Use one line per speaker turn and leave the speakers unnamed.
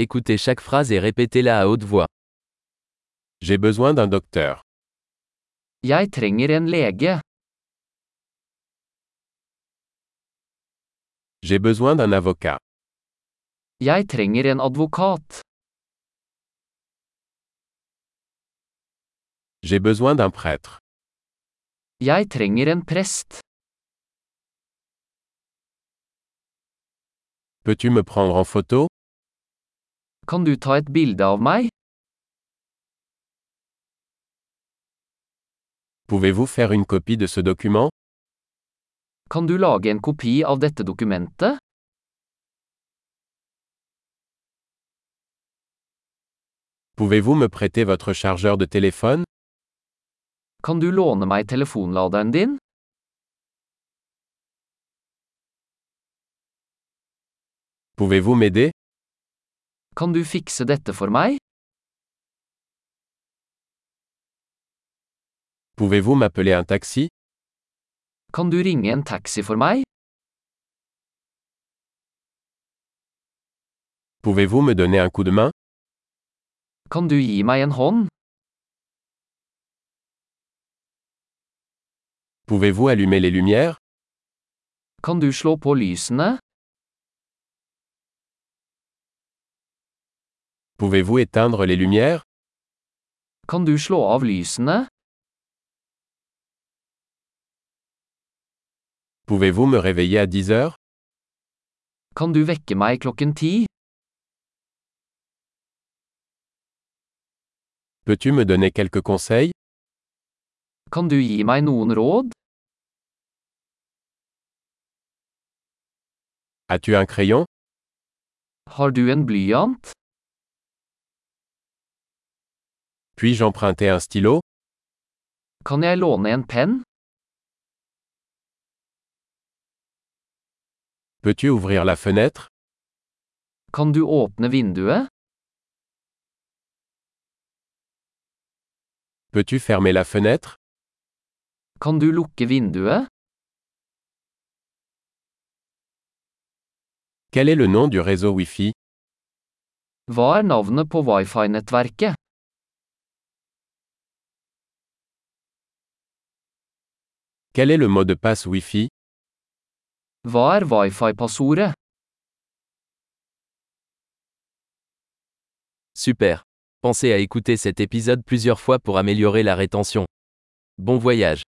Écoutez chaque phrase et répétez-la à haute voix.
J'ai besoin d'un docteur.
Jeg trenger en lege.
J'ai besoin d'un avocat.
Jeg trenger en advokat.
J'ai besoin d'un prêtre.
Jeg trenger en prest.
Peux-tu me prendre en photo
Kan du ta et bilde av meg?
Pouvez-vous faire une copie de ce document
Kan du lage en kopi av dette dokumentet?
Pouvez-vous me prêter votre chargeur de téléphone
Kan du låne meg telefonladeren din?
Pouvez-vous m'aider
Kan du fikse dette for meg?
Pouvez-vous m'appeler un taxi
Kan du ringe en taxi for meg?
Pouvez-vous me donner un coup de main
Kan du gi meg en hånd?
Pouvez-vous allumer les lumières
Kan du slå på lysene?
Pouvez-vous éteindre les lumières
Kan du slå av lysene?
Pouvez-vous me réveiller à 10 heures
Kan du vekke meg klokken ti?
Peux-tu me donner quelques conseils
Kan du gi meg noen råd?
As-tu un crayon
Har du en blyant?
Puis-je emprunter un stylo
Kan jeg låne en penn?
Peux-tu ouvrir la fenêtre
Kan du åpne vinduet?
Peux-tu fermer la fenêtre
Kan du lukke vinduet?
Quel est le nom du réseau Wi-Fi
Hva er navnet på wifi-nettverket?
Quel est le mot de passe Wi-Fi
Hva er wifi-passordet?
Super. Pensez à écouter cet épisode plusieurs fois pour améliorer la rétention. Bon voyage.